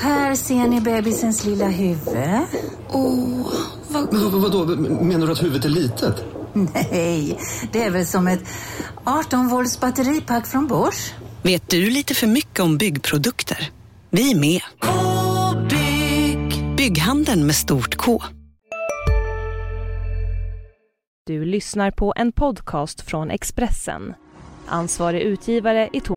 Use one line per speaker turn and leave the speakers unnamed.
Här ser ni bebisens lilla huvud.
Åh, oh, vad...
Men, vadå, menar du att huvudet är litet?
Nej, det är väl som ett 18 volts batteripack från Bors.
Vet du lite för mycket om byggprodukter? Vi är med. -bygg. Bygghandeln med stort K.
Du lyssnar på en podcast från Expressen. Ansvarig utgivare är Tom.